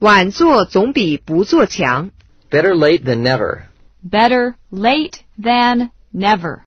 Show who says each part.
Speaker 1: 晚做总比不做强。
Speaker 2: Better late than never.
Speaker 3: Better late than never.